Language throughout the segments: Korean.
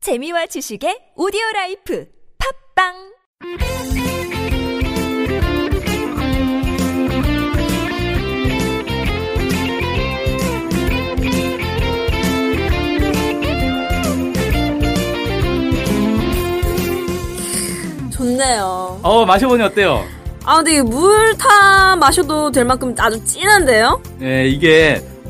재미와 지식의 오디오 라이프 팝빵 좋네요. 어 마셔보니 어때요? 아, 근데 물 타 마셔도 될 만큼 아주 진한데요? 예, 이게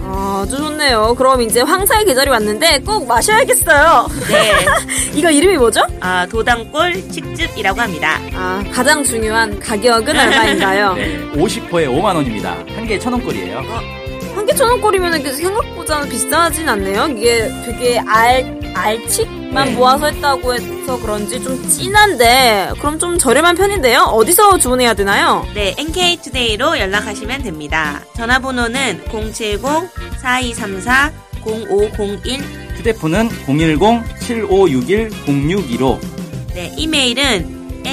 아, 아주 좋네요. 그럼 이제 황사의 계절이 왔는데 꼭 마셔야겠어요. 네, 이거 이름이 뭐죠? 아, 도당골 칡즙이라고 합니다. 아, 가장 중요한 가격은 얼마인가요? 네, 50호에 5만 원입니다. 한 개에 천 원꼴이에요. 한 개 천 원꼴이면 생각보다 비싸진 않네요. 이게 되게 알, 알칡만 네. 모아서 했다고 해서 그런지 좀 진한데, 그럼 좀 저렴한 편인데요? 어디서 주문해야 되나요? 네, NK투데이로 연락하시면 됩니다. 전화번호는 070-4234-0501 휴대폰은 010-7561-0615 네, 이메일은 e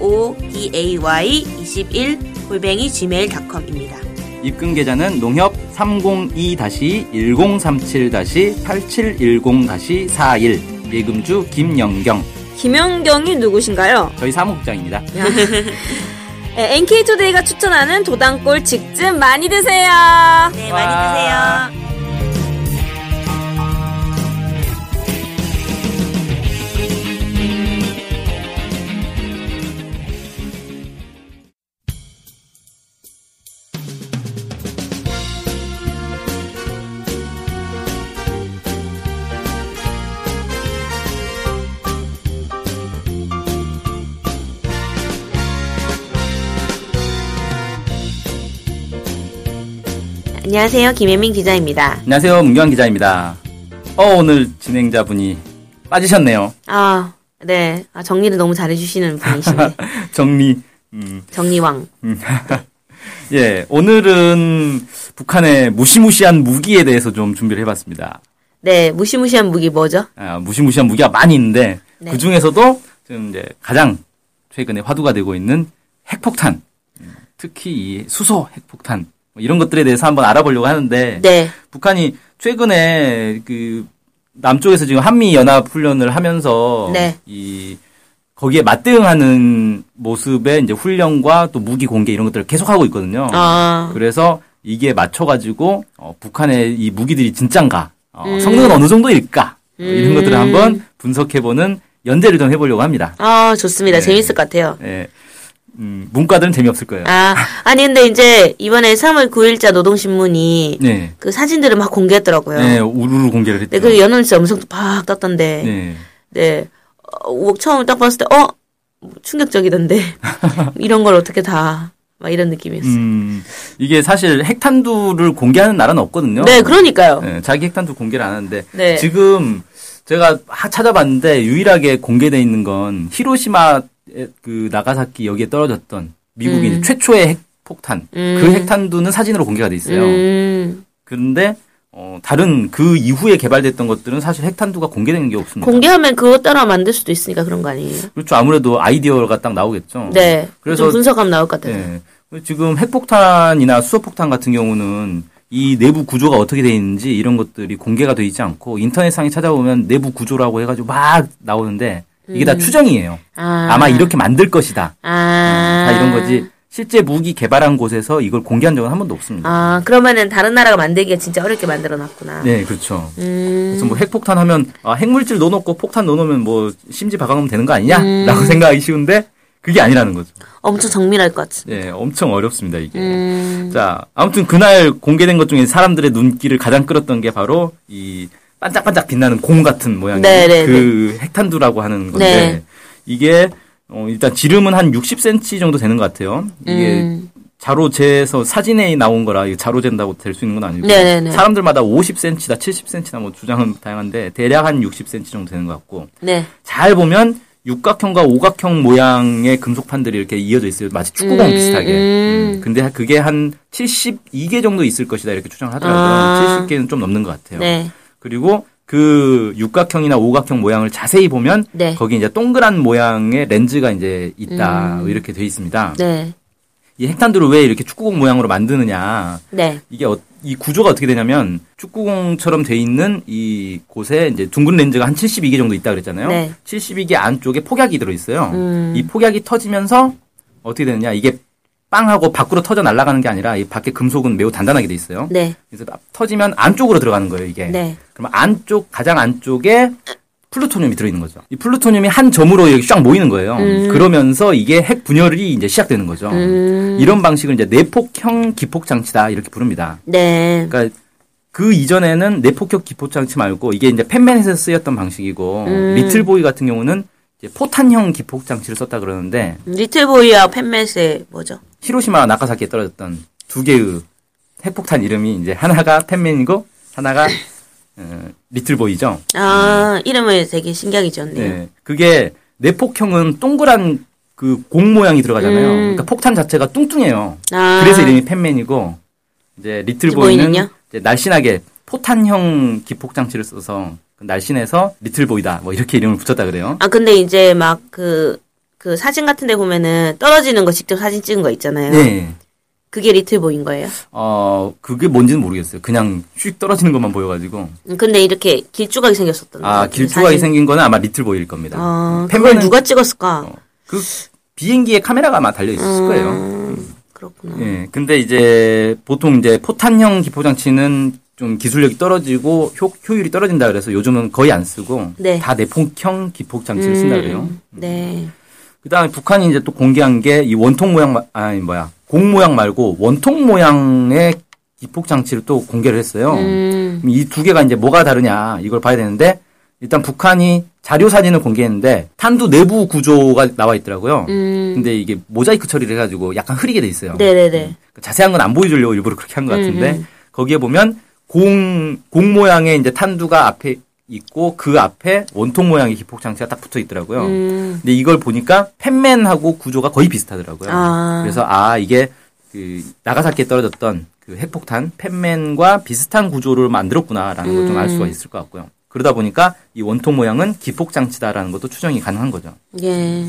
nktoday21 골뱅이 gmail.com입니다. 입금 계좌는 농협 302-1037-8710-41 예금주 김영경 김연경이 누구신가요? 저희 사무국장입니다. 네, NK투데이가 추천하는 도당골 직즙 많이 드세요. 네, 와. 많이 드세요. 안녕하세요. 김혜민 기자입니다. 안녕하세요. 문경환 기자입니다. 어, 오늘 진행자분이 빠지셨네요. 아, 네. 아, 정리를 너무 잘해주시는 분이시네. 정리. 음. 정리왕. 예, 오늘은 북한의 무시무시한 무기에 대해서 좀 준비를 해봤습니다. 네, 무시무시한 무기 뭐죠? 아, 무시무시한 무기가 많이 있는데 네. 그 중에서도 지금 이제 가장 최근에 화두가 되고 있는 핵폭탄, 음, 특히 이 수소 핵폭탄 뭐 이런 것들에 대해서 한번 알아보려고 하는데 네. 북한이 최근에 그 남쪽에서 지금 한미 연합 훈련을 하면서 네. 이 거기에 맞대응하는 모습의 이제 훈련과 또 무기 공개 이런 것들을 계속하고 있거든요. 아, 그래서 이게 맞춰가지고 어, 북한의 이 무기들이 진짠가 어, 음. 성능은 어느 정도일까 어, 이런 것들을 한번 분석해보는 연재를 좀 해보려고 합니다. 아 좋습니다. 네. 재밌을 것 같아요. 예. 음, 문과들은 재미없을 거예요. 아, 아니, 근데 이제 이번에 3월 9일자 노동신문이 네, 그 사진들을 막 공개했더라고요. 네, 우르르 공개를 했죠. 네, 그리고 연원 씨 엄청 팍 떴던데. 네. 네. 어, 우럭 처음 딱 봤을 때, 어? 충격적이던데. 이런 걸 어떻게 다. 막 이런 느낌이었어요. 음, 이게 사실 핵탄두를 공개하는 나라는 없거든요. 네, 그러니까요. 예, 자기 핵탄두 공개를 안 하는데 네. 지금 제가 하- 찾아봤는데 유일하게 공개돼 있는 건 히로시마 그 나가사키 여기에 떨어졌던 미국인 음. 최초의 핵폭탄 음. 그 핵탄두는 사진으로 공개가 돼 있어요. 음, 그런데 어, 다른 그 이후에 개발됐던 것들은 사실 핵탄두가 공개되는 게 없습니다. 공개하면 그거 따라 만들 수도 있으니까 그런 거 아니에요? 그렇죠. 아무래도 아이디어가 딱 나오겠죠. 네. 그래서- 좀 분석하면 나올 것 같아요. 예. 지금 핵폭탄이나 수소폭탄 같은 경우는 이 내부 구조가 어떻게 돼 있는지 이런 것들이 공개가 돼 있지 않고 인터넷상에 찾아보면 내부 구조라고 해가지고 막 나오는데 이게 다 추정이에요. 음. 아. 아마 이렇게 만들 것이다. 아. 네, 다 이런 거지. 실제 무기 개발한 곳에서 이걸 공개한 적은 한 번도 없습니다. 아, 그러면은 다른 나라가 만들기가 진짜 어렵게 만들어 놨구나. 네, 그렇죠. 음. 그래서 뭐 핵폭탄 하면 아, 핵물질 넣어놓고 폭탄 넣어놓으면 뭐 심지 박아놓으면 되는 거 아니냐라고 음. 생각하기 쉬운데 그게 아니라는 거죠. 엄청 정밀할 것 같아. 예, 엄청 어렵습니다 이게. 음. 자, 아무튼 그날 공개된 것 중에 사람들의 눈길을 가장 끌었던 게 바로 이 반짝반짝 빛나는 공 같은 모양의 네, 네, 그 핵탄두라고 하는 건데 네. 이게 어, 일단 지름은 한 60cm 정도 되는 것 같아요. 이게 음. 자로 재서 사진에 나온 거라 이게 자로 잰다고 될 수 있는 건 아니고 네네네. 사람들마다 50cm나 70cm나 뭐 주장은 다양한데 대략 한 60cm 정도 되는 것 같고 네. 잘 보면 육각형과 오각형 모양의 금속판들이 이렇게 이어져 있어요. 마치 축구공 음, 비슷하게. 음. 음, 근데 그게 한 72개 정도 있을 것이다 이렇게 추정을 하더라고요. 아. 70개는 좀 넘는 것 같아요. 네. 그리고 그 육각형이나 오각형 모양을 자세히 보면 네. 거기 이제 동그란 모양의 렌즈가 이제 있다 이렇게 돼 있습니다. 음. 네. 이 핵탄두를 왜 이렇게 축구공 모양으로 만드느냐? 네. 이게 어- 이 구조가 어떻게 되냐면 축구공처럼 돼 있는 이 곳에 이제 둥근 렌즈가 한 72개 정도 있다 그랬잖아요. 네. 72개 안쪽에 폭약이 들어 있어요. 음. 이 폭약이 터지면서 어떻게 되느냐? 이게 빵하고 밖으로 터져 날아가는 게 아니라 이 밖에 금속은 매우 단단하게 돼 있어요. 네. 그래서 막 터지면 안쪽으로 들어가는 거예요, 이게. 네. 그럼 안쪽 가장 안쪽에 플루토늄이 들어있는 거죠. 이 플루토늄이 한 점으로 이렇게 쫙 모이는 거예요. 그러면서 이게 핵 분열이 이제 시작되는 거죠. 이런 방식을 이제 내폭형 기폭 장치다 이렇게 부릅니다. 네. 그러니까 그 이전에는 내폭형 기폭 장치 말고 이게 이제 팬맨에서 쓰였던 방식이고 리틀보이 같은 경우는 이제 포탄형 기폭 장치를 썼다 그러는데 리틀보이와 팬맷의 뭐죠? 히로시마 나카사키에 떨어졌던 두 개의 핵폭탄 이름이 이제 하나가 팬맨이고 하나가 어, 리틀보이죠. 아, 이름을 되게 신기하게 지었네요. 음. 네. 그게 내폭형은 동그란 그 공 모양이 들어가잖아요. 음. 그러니까 폭탄 자체가 뚱뚱해요. 아. 그래서 이름이 팬맨이고 이제 리틀보이는 리틀보이는요? 이제 날씬하게 포탄형 기폭 장치를 써서 그 날씬해서 리틀보이다 뭐 이렇게 이름을 붙였다 그래요. 아, 근데 이제 막 그, 그 사진 같은 데 보면은 떨어지는 거 직접 사진 찍은 거 있잖아요. 네. 그게 리틀보인 거예요. 어 그게 뭔지는 모르겠어요. 그냥 슉 떨어지는 것만 보여가지고 음, 근데 이렇게 길쭉하게 생겼었던 거 아 같은데, 길쭉하게 음, 사진. 생긴 거는 아마 리틀보이일 겁니다. 어, 그걸 팬맨은 누가 찍었을까? 어, 그 비행기에 카메라가 아마 달려 있을 음, 거예요. 그렇구나. 예, 근데 이제 보통 이제 포탄형 기포장치는 좀 기술력이 떨어지고 효, 효율이 떨어진다 그래서 요즘은 거의 안 쓰고 네. 다 내폭형 기폭장치를 쓴다 그래요. 네. 그다음에 북한이 이제 또 공개한 게 이 원통 모양 마- 아니 뭐야 공 모양 말고 원통 모양의 기폭장치를 또 공개를 했어요. 음, 이 두 개가 이제 뭐가 다르냐 이걸 봐야 되는데 일단 북한이 자료 사진을 공개했는데 탄두 내부 구조가 나와 있더라고요. 음. 근데 이게 모자이크 처리를 해가지고 약간 흐리게 돼 있어요. 네네네. 그 자세한 건 안 보여주려고 일부러 그렇게 한 것 같은데 음, 거기에 보면 공, 공 모양의 이제 탄두가 앞에 있고 그 앞에 원통 모양의 기폭 장치가 딱 붙어 있더라고요. 음, 근데 이걸 보니까 팬맨하고 구조가 거의 비슷하더라고요. 아. 그래서 아 이게 그 나가사키에 떨어졌던 그 핵폭탄 팬맨과 비슷한 구조를 만들었구나라는 걸 좀 알 음. 수가 있을 것 같고요. 그러다 보니까 이 원통 모양은 기폭 장치다라는 것도 추정이 가능한 거죠. 예.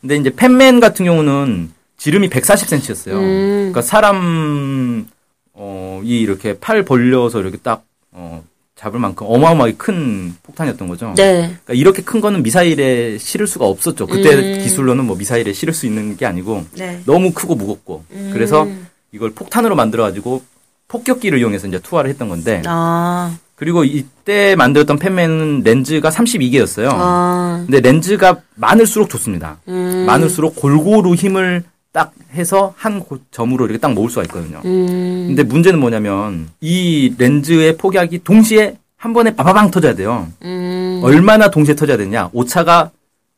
근데 이제 팬맨 같은 경우는 지름이 140cm였어요. 음. 그러니까 사람 어이 이렇게 팔 벌려서 이렇게 딱 어, 잡을 만큼 어마어마하게 큰 폭탄이었던 거죠. 네. 그러니까 이렇게 큰 거는 미사일에 실을 수가 없었죠. 그때 음. 기술로는 뭐 미사일에 실을 수 있는 게 아니고 네. 음. 너무 크고 무겁고 그래서 이걸 폭탄으로 만들어 가지고 폭격기를 이용해서 이제 투하를 했던 건데 아, 그리고 이때 만들었던 팬맨은 렌즈가 32개였어요. 아, 근데 렌즈가 많을수록 좋습니다. 음. 많을수록 골고루 힘을 딱 해서 한 고- 점으로 이렇게 딱 모을 수가 있거든요. 음, 근데 문제는 뭐냐면 이 렌즈의 폭약이 동시에 한 번에 바바방 터져야 돼요. 음. 얼마나 동시에 터져야 되냐? 오차가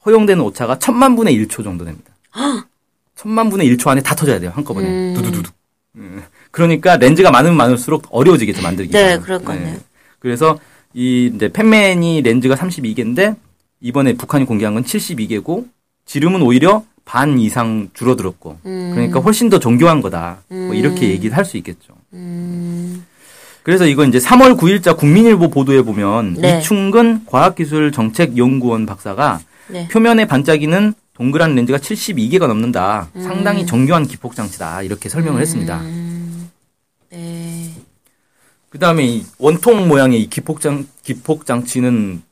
허용되는 오차가 천만 분의 1초 정도 됩니다. 천만 분의 1초 안에 다 터져야 돼요 한꺼번에 음. 두두두두. 음. 그러니까 렌즈가 많으면 많을수록 어려워지겠죠 만들기가. 네, 그럴 것 같네요. 그래서 이 이제 팬맨이 렌즈가 32개인데 이번에 북한이 공개한 건 72개고 지름은 오히려 반 이상 줄어들었고 음. 그러니까 훨씬 더 정교한 거다. 뭐 이렇게 얘기를 할 수 있겠죠. 음. 그래서 이건 이제 3월 9일자 국민일보 보도에 보면 네. 이충근 과학기술정책연구원 박사가 네. 표면에 반짝이는 동그란 렌즈가 72개가 넘는다. 음. 상당히 정교한 기폭장치다. 이렇게 설명을 했습니다. 네. 그 다음에 이 원통 모양의 이 기폭장, 기폭장치는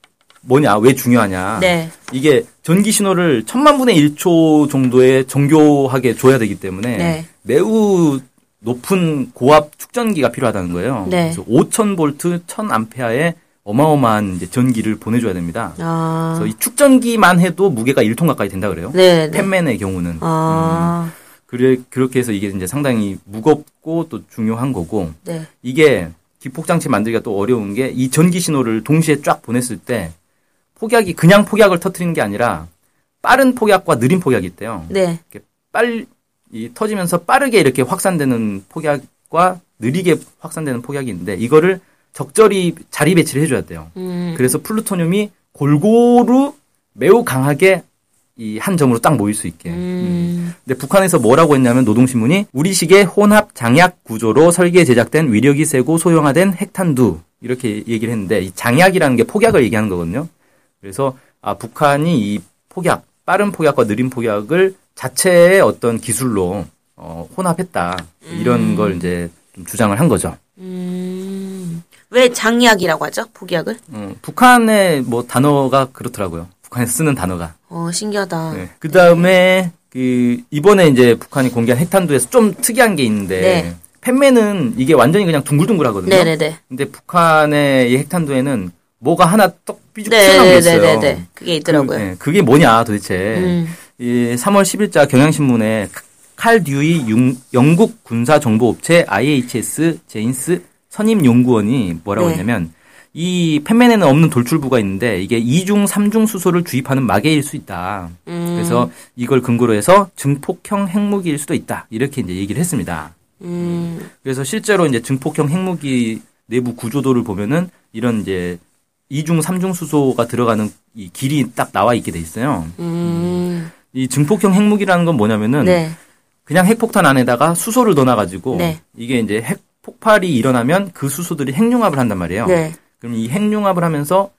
뭐냐, 왜 중요하냐. 네. 이게 전기 신호를 천만분의 1초 정도에 정교하게 줘야 되기 때문에 네. 매우 높은 고압 축전기가 필요하다는 거예요. 네. 그래서 5,000 볼트, 1,000암페어의 어마어마한 이제 전기를 보내줘야 됩니다. 아, 그래서 이 축전기만 해도 무게가 1톤 가까이 된다 그래요. 네. 네. 팬맨의 경우는 음. 아, 그래 그렇게 해서 이게 이제 상당히 무겁고 또 중요한 거고 네. 이게 기폭장치 만들기가 또 어려운 게 이 전기 신호를 동시에 쫙 보냈을 때 폭약이 그냥 폭약을 터뜨리는 게 아니라 빠른 폭약과 느린 폭약이 있대요. 네. 이렇게 빨 이 터지면서 빠르게 이렇게 확산되는 폭약과 느리게 확산되는 폭약이 있는데 이거를 적절히 자리 배치를 해줘야 돼요. 음. 그래서 플루토늄이 골고루 매우 강하게 이 한 점으로 딱 모일 수 있게. 음. 근데 북한에서 뭐라고 했냐면 노동신문이 우리식의 혼합 장약 구조로 설계 제작된 위력이 세고 소형화된 핵탄두 이렇게 얘기를 했는데 이 장약이라는 게 폭약을 얘기하는 거거든요. 그래서 아 북한이 이 폭약 빠른 폭약과 느린 폭약을 자체의 어떤 기술로 어, 혼합했다 이런 걸 이제 좀 주장을 한 거죠. 왜 장약이라고 하죠? 복약을? 음, 북한의 뭐 단어가 그렇더라고요. 북한에서 쓰는 단어가. 어, 신기하다. 네. 그 다음에 그 이번에 이제 북한이 공개한 핵탄두에서 좀 특이한 게 있는데 네. 팬매는 이게 완전히 그냥 둥글둥글하거든요. 네, 네, 네. 근데 북한의 이 핵탄두에는 뭐가 하나 떡 삐죽 네, 튀어나온 게 네, 있어요. 네, 네. 그게 그, 있더라고요. 음. 네, 그게 뭐냐 도대체. 이 3월 10일자 경향신문에 칼 듀이 융- 영국 군사 정보 업체 IHS 제인스 선임 연구원이 뭐라고 네. 했냐면 이 팬맨에는 없는 돌출부가 있는데 이게 이중삼중 수소를 주입하는 마개일 수 있다. 네. 음, 그래서 이걸 근거로 해서 증폭형 핵무기일 수도 있다. 이렇게 이제 얘기를 했습니다. 음, 그래서 실제로 이제 증폭형 핵무기 내부 구조도를 보면은 이런 이제 이중삼중 수소가 들어가는 이 길이 딱 나와 있게 돼 있어요. 이 증폭형 핵무기라는 건 뭐냐면은 음. 네. 그냥 핵폭탄 안에다가 수소를 넣어놔가지고 네. 이게 이제 핵폭발이 일어나면 그 수소들이 핵융합을 한단 말이에요. 네. 그럼 이 핵융합을 하면서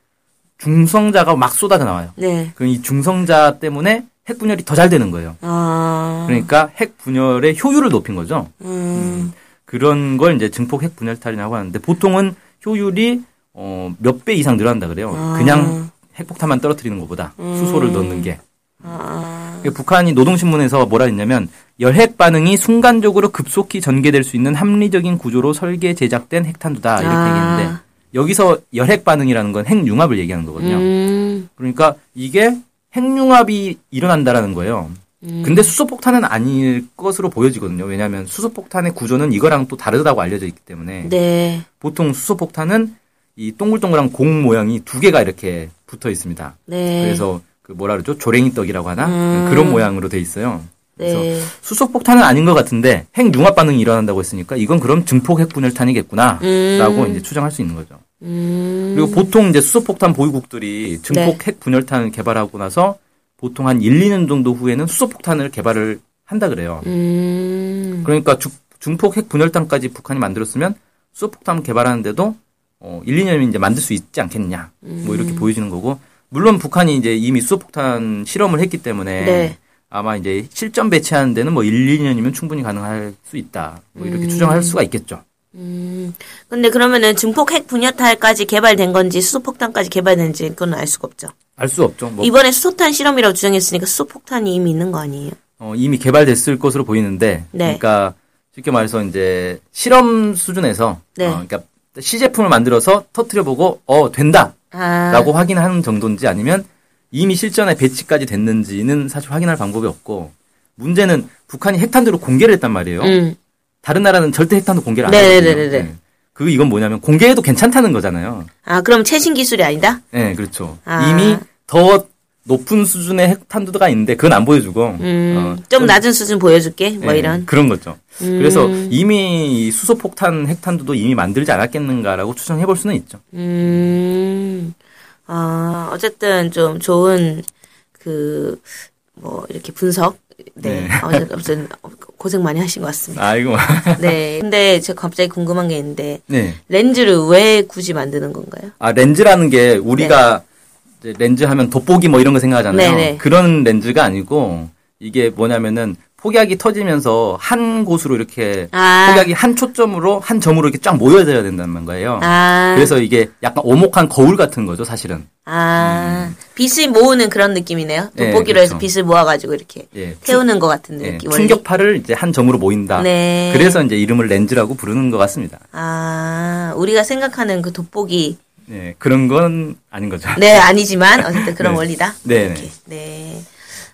중성자가 막 쏟아져 나와요. 네. 그럼 이 중성자 때문에 핵 분열이 더 잘 되는 거예요. 아. 그러니까 핵 분열의 효율을 높인 거죠. 음. 그런 걸 이제 증폭 핵 분열탈이라고 하는데 보통은 효율이 어, 몇 배 이상 늘어난다 그래요. 아. 그냥 핵폭탄만 떨어뜨리는 것보다 음. 수소를 넣는 게. 아. 그러니까 북한이 노동신문에서 뭐라 했냐면 열핵 반응이 순간적으로 급속히 전개될 수 있는 합리적인 구조로 설계 제작된 핵탄두다 이렇게 아. 얘기했는데 여기서 열핵 반응이라는 건 핵융합을 얘기하는 거거든요. 음. 그러니까 이게 핵융합이 일어난다라는 거예요. 음. 근데 수소폭탄은 아닐 것으로 보여지거든요. 왜냐하면 수소폭탄의 구조는 이거랑 또 다르다고 알려져 있기 때문에 네. 보통 수소폭탄은 이 동글동글한 공 모양이 두 개가 이렇게 붙어 있습니다. 네. 그래서 그 뭐라 그러죠? 조랭이 떡이라고 하나? 네, 음. 그런 모양으로 돼 있어요. 그래서 네. 수소폭탄은 아닌 것 같은데 핵융합 반응이 일어난다고 했으니까 이건 그럼 증폭 핵분열탄이겠구나라고 음. 이제 추정할 수 있는 거죠. 음. 네. 그리고 보통 이제 수소폭탄 보유국들이 증폭 핵 분열탄을 개발하고 나서 보통 한 1, 2년 정도 후에는 수소폭탄을 개발을 한다 그래요. 음. 그러니까 주- 증폭 핵 분열탄까지 북한이 만들었으면 수소폭탄 개발하는데도 어, 1, 2년이면 이제 만들 수 있지 않겠냐. 뭐 음. 이렇게 보여지는 거고. 물론 북한이 이제 이미 수소폭탄 실험을 했기 때문에 네. 아마 이제 실전 배치하는 데는 뭐 1, 2년이면 충분히 가능할 수 있다. 뭐 음. 이렇게 추정할 수가 있겠죠. 근데 그러면은 증폭 핵 분열탈까지 개발된 건지 수소폭탄까지 개발된지 그건 알 수가 없죠. 알 수 없죠. 뭐 이번에 수소탄 실험이라고 주장했으니까 수소폭탄이 이미 있는 거 아니에요? 어, 이미 개발됐을 것으로 보이는데, 네. 그러니까 쉽게 말해서 이제 실험 수준에서, 네. 어, 그러니까 시제품을 만들어서 터트려보고 어 된다라고 아. 확인하는 정도인지 아니면 이미 실전에 배치까지 됐는지는 사실 확인할 방법이 없고 문제는 북한이 핵탄두를 공개를 했단 말이에요. 음. 다른 나라는 절대 핵탄두 공개를 안 네, 해요. 네, 네, 네, 네. 그 이건 뭐냐면 공개해도 괜찮다는 거잖아요. 아, 그럼 최신 기술이 아니다? 네, 그렇죠. 아. 이미 더 높은 수준의 핵탄두가 있는데 그건 안 보여주고 음. 어, 좀 낮은 수준 보여줄게. 뭐 예, 이런. 음. 그런 거죠. 그래서 이미 이 수소폭탄 핵탄두도 이미 만들지 않았겠는가라고 추정해 볼 수는 있죠. 음. 아, 어쨌든 좀 좋은 그, 뭐, 이렇게 분석. 네. 어쨌든, 어쨌든 고생 많이 하신 것 같습니다. 아 이거 네. 근데 제가 갑자기 궁금한 게 있는데, 네. 렌즈를 왜 굳이 만드는 건가요? 아 렌즈라는 게 우리가 이제 렌즈 하면 돋보기 뭐 이런 거 생각하잖아요. 네, 네. 그런 렌즈가 아니고 이게 뭐냐면은 폭약이 터지면서 한 곳으로 이렇게 아. 폭약이 한 초점으로 한 점으로 이렇게 쫙 모여져야 된다는 거예요. 아. 그래서 이게 약간 오목한 거울 같은 거죠, 사실은. 아, 빛을 모으는 그런 느낌이네요. 네, 돋보기로 해서 음. 그렇죠. 빛을 모아가지고 이렇게 예. 태우는 것 같은 예, 느낌. 원래. 충격파를 이제 한 점으로 모인다. 네. 그래서 이제 이름을 렌즈라고 부르는 것 같습니다. 아, 우리가 생각하는 그 돋보기. 네, 그런 건 아닌 거죠. 네, 아니지만 어쨌든 그런 네. 원리다. 네, 이렇게. 네. 네.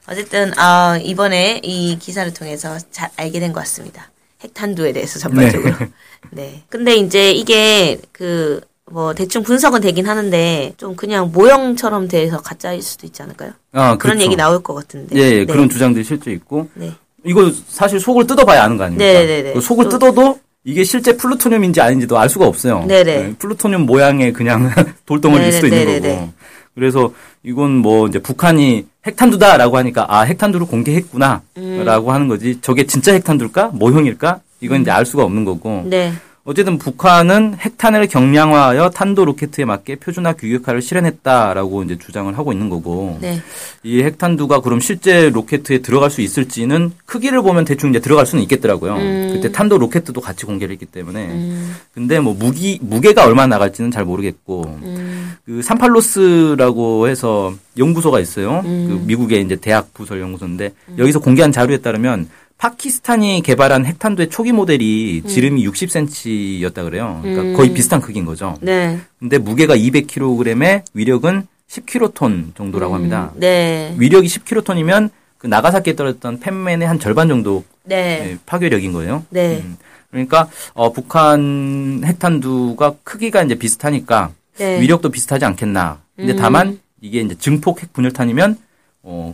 어쨌든 아, 이번에 이 기사를 통해서 잘 알게 된 것 같습니다. 핵탄두에 대해서 전반적으로. 네. 근데 이제 이게 그 뭐 대충 분석은 되긴 하는데 좀 그냥 모형처럼 돼서 가짜일 수도 있지 않을까요? 아, 그런 그렇죠. 얘기 나올 것 같은데. 예, 예, 네. 그런 주장들이 실제 있고 네. 이거 사실 속을 뜯어봐야 아는 거 아닙니까? 네네네. 그 속을 뜯어도 이게 실제 플루토늄인지 아닌지도 알 수가 없어요. 예, 네네. 플루토늄 모양의 그냥 돌덩어리일 수도 있는 네네네네네. 거고. 그래서 이건 뭐 이제 북한이 핵탄두다라고 하니까 아 핵탄두를 음. 공개했구나라고 하는 거지. 저게 진짜 핵탄두일까? 모형일까? 이건 이제 알 수가 없는 거고. 네. 어쨌든 북한은 핵탄을 경량화하여 탄도 로켓에 맞게 표준화 규격화를 실현했다라고 이제 주장을 하고 있는 거고. 네. 이 핵탄두가 그럼 실제 로켓에 들어갈 수 있을지는 크기를 보면 대충 이제 들어갈 수는 있겠더라고요. 그때 탄도 로켓도 같이 공개를 했기 때문에. 근데 뭐 무기 무게가 얼마나 나갈지는 잘 모르겠고. 그 산팔로스라고 해서 연구소가 있어요. 그 미국의 이제 대학 부설 연구소인데 여기서 공개한 자료에 따르면 파키스탄이 개발한 핵탄두의 초기 모델이 지름이 60cm였다 그래요. 그러니까 거의 비슷한 크기인 거죠. 네. 근데 무게가 200kg에 위력은 10킬로톤 정도라고 합니다. 네. 위력이 10킬로톤이면 그 나가사키에 떨어졌던 팬맨의 한 절반 정도 네. 예, 파괴력인 거예요. 네. 음, 그러니까 어, 북한 핵탄두가 크기가 이제 비슷하니까 네. 음. 위력도 비슷하지 않겠나. 근데 다만 이게 이제 증폭 핵 분열탄이면 어,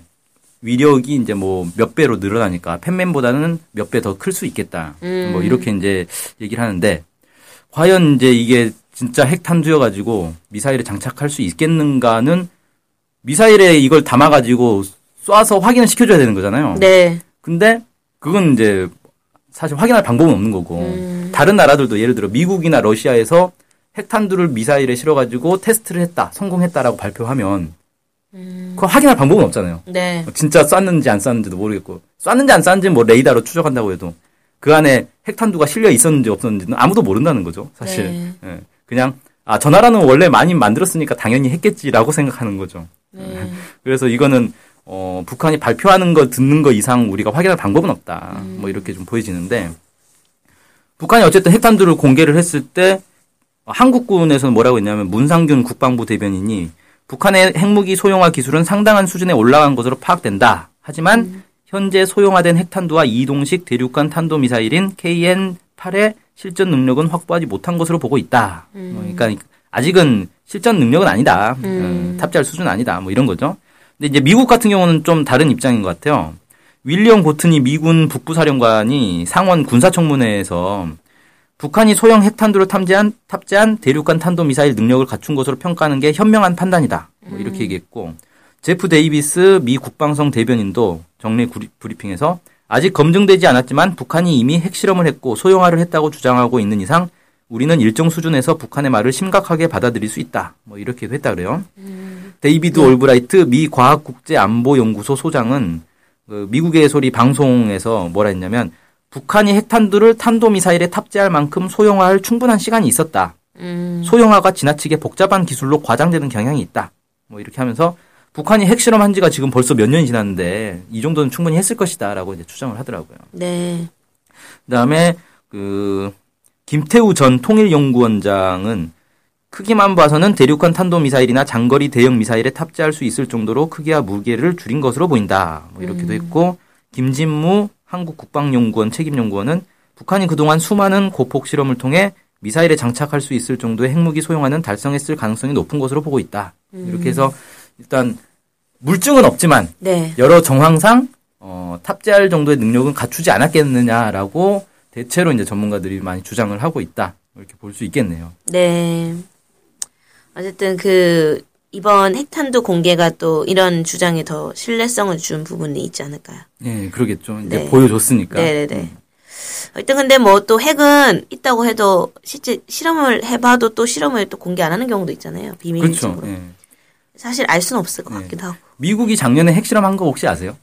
위력이 이제 뭐 몇 배로 늘어나니까 팬맨보다는 몇 배 더 클 수 있겠다. 음. 뭐 이렇게 이제 얘기를 하는데 과연 이제 이게 진짜 핵탄두여 가지고 미사일에 장착할 수 있겠는가는 미사일에 이걸 담아 가지고 쏴서 확인을 시켜 줘야 되는 거잖아요. 네. 근데 그건 이제 사실 확인할 방법은 없는 거고 다른 나라들도 예를 들어 미국이나 러시아에서 핵탄두를 미사일에 실어가지고 테스트를 했다 성공했다라고 발표하면 그거 확인할 방법은 없잖아요. 네. 진짜 쐈는지 안 쐈는지도 모르겠고 쐈는지 안 쐈는지 뭐 레이더로 추적한다고 해도 그 안에 핵탄두가 실려 있었는지 없었는지는 아무도 모른다는 거죠 사실. 예. 그냥 아 저 나라는 원래 많이 만들었으니까 당연히 했겠지라고 생각하는 거죠. 예. 그래서 이거는 어, 북한이 발표하는 거 듣는 거 이상 우리가 확인할 방법은 없다. 뭐 이렇게 좀 보여지는데 북한이 어쨌든 핵탄두를 공개를 했을 때 한국군에서는 뭐라고 했냐면 문상균 국방부 대변인이 북한의 핵무기 소형화 기술은 상당한 수준에 올라간 것으로 파악된다. 하지만 현재 소형화된 핵탄두와 이동식 대륙간 탄도 미사일인 KN8의 실전 능력은 확보하지 못한 것으로 보고 있다. 어, 그러니까 아직은 실전 능력은 아니다. 어, 탑재할 수준 은 아니다. 뭐 이런 거죠. 근데 이제 미국 같은 경우는 좀 다른 입장인 것 같아요. 윌리엄 고튼이 미군 북부사령관이 상원 군사청문회에서 북한이 소형 핵탄두를 탐지한, 탑재한 대륙간 탄도미사일 능력을 갖춘 것으로 평가하는 게 현명한 판단이다. 뭐 이렇게 얘기했고, 제프 데이비스 미 국방성 대변인도 정례 구리- 브리핑에서 아직 검증되지 않았지만 북한이 이미 핵실험을 했고 소형화를 했다고 주장하고 있는 이상 우리는 일정 수준에서 북한의 말을 심각하게 받아들일 수 있다. 뭐 이렇게 했다 그래요. 데이비드 올브라이트 미 과학국제안보연구소 소장은 그 미국의 소리 방송에서 뭐라 했냐면 북한이 핵탄두를 탄도미사일에 탑재할 만큼 소형화할 충분한 시간이 있었다. 소형화가 지나치게 복잡한 기술로 과장되는 경향이 있다. 뭐 이렇게 하면서 북한이 핵실험한 지가 지금 벌써 몇 년이 지났는데 이 정도는 충분히 했을 것이다라고 이제 추정을 하더라고요. 네. 그다음에 그 김태우 전 통일연구원장은 크기만 봐서는 대륙간 탄도미사일이나 장거리 대형 미사일에 탑재할 수 있을 정도로 크기와 무게를 줄인 것으로 보인다. 뭐 이렇게도 했고 김진무 한국 국방연구원 책임연구원은 북한이 그동안 수많은 고폭 실험을 통해 미사일에 장착할 수 있을 정도의 핵무기 소형화는 달성했을 가능성이 높은 것으로 보고 있다. 이렇게 해서 일단 물증은 없지만 네. 여러 정황상 어, 탑재할 정도의 능력은 갖추지 않았겠느냐라고 대체로 이제 전문가들이 많이 주장을 하고 있다 이렇게 볼 수 있겠네요. 네. 어쨌든 그 이번 핵탄두 공개가 또 이런 주장에 더 신뢰성을 준 부분이 있지 않을까요? 예, 그러겠죠. 이제 네. 보여줬으니까. 음, 네네네. 어쨌든 근데 뭐 또 핵은 있다고 해도 실제 실험을 해봐도 또 실험을 또 공개 안 하는 경우도 있잖아요. 그렇죠. 비밀적으로. 예. 사실 알 수는 없을 것 네. 같기도 하고 미국이 작년에 핵실험한 거 혹시 아세요?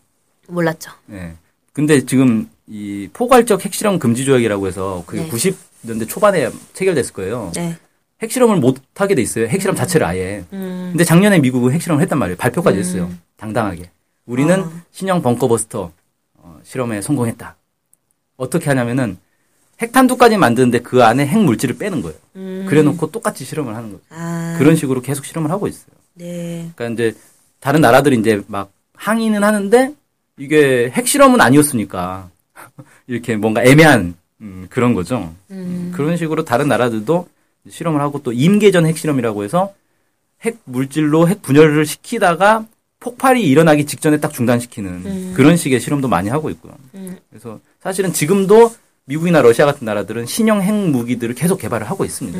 몰랐죠. 예. 근데 지금 이 포괄적 핵실험 금지 조약이라고 해서 그게 네. 90년대 초반에 체결됐을 거예요. 네. 핵실험을 못 하게 돼 있어요. 핵실험 자체를 아예. 근데 작년에 미국은 핵실험을 했단 말이에요. 발표까지 했어요. 당당하게. 우리는 신형 벙커버스터 어, 실험에 성공했다. 어떻게 하냐면은 핵탄두까지 만드는데 그 안에 핵물질을 빼는 거예요. 그래놓고 똑같이 실험을 하는 거예요. 아, 그런 식으로 계속 실험을 하고 있어요. 네. 그러니까 이제 다른 나라들이 이제 막 항의는 하는데 이게 핵실험은 아니었으니까 이렇게 뭔가 애매한 음, 그런 거죠. 음, 그런 식으로 다른 나라들도 실험을 하고 또 임계전 핵실험이라고 해서 핵 물질로 핵 분열을 시키다가 폭발이 일어나기 직전에 딱 중단시키는 그런 식의 실험도 많이 하고 있고요. 그래서 사실은 지금도 미국이나 러시아 같은 나라들은 신형 핵무기들을 계속 개발을 하고 있습니다.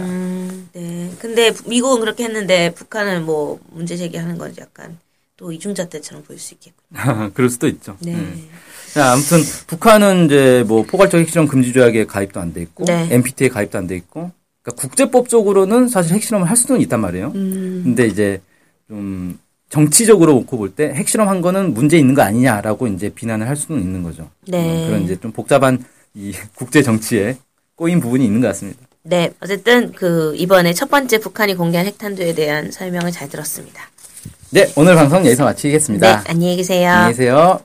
네. 근데 부- 미국은 그렇게 했는데 북한은 뭐 문제 제기하는 건 약간 또 이중자 때처럼 보일 수 있겠군요. 아, 그럴 수도 있죠. 네. 음. 자, 아무튼 북한은 이제 뭐 포괄적 핵실험 금지 조약에 가입도 안 돼 있고 네. NPT에 가입도 안 돼 있고 그러니까 국제법적으로는 사실 핵실험을 할 수는 있단 말이에요. 음. 근데 이제 좀 정치적으로 놓고 볼 때 핵실험한 거는 문제 있는 거 아니냐라고 이제 비난을 할 수는 있는 거죠. 네. 음, 그런 이제 좀 복잡한 이 국제 정치에 꼬인 부분이 있는 것 같습니다. 네. 어쨌든 그 이번에 첫 번째 북한이 공개한 핵탄두에 대한 설명을 잘 들었습니다. 네, 오늘 방송 여기서 마치겠습니다. 네. 안녕히 계세요. 안녕히 계세요.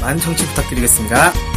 많은 청취 부탁드리겠습니다.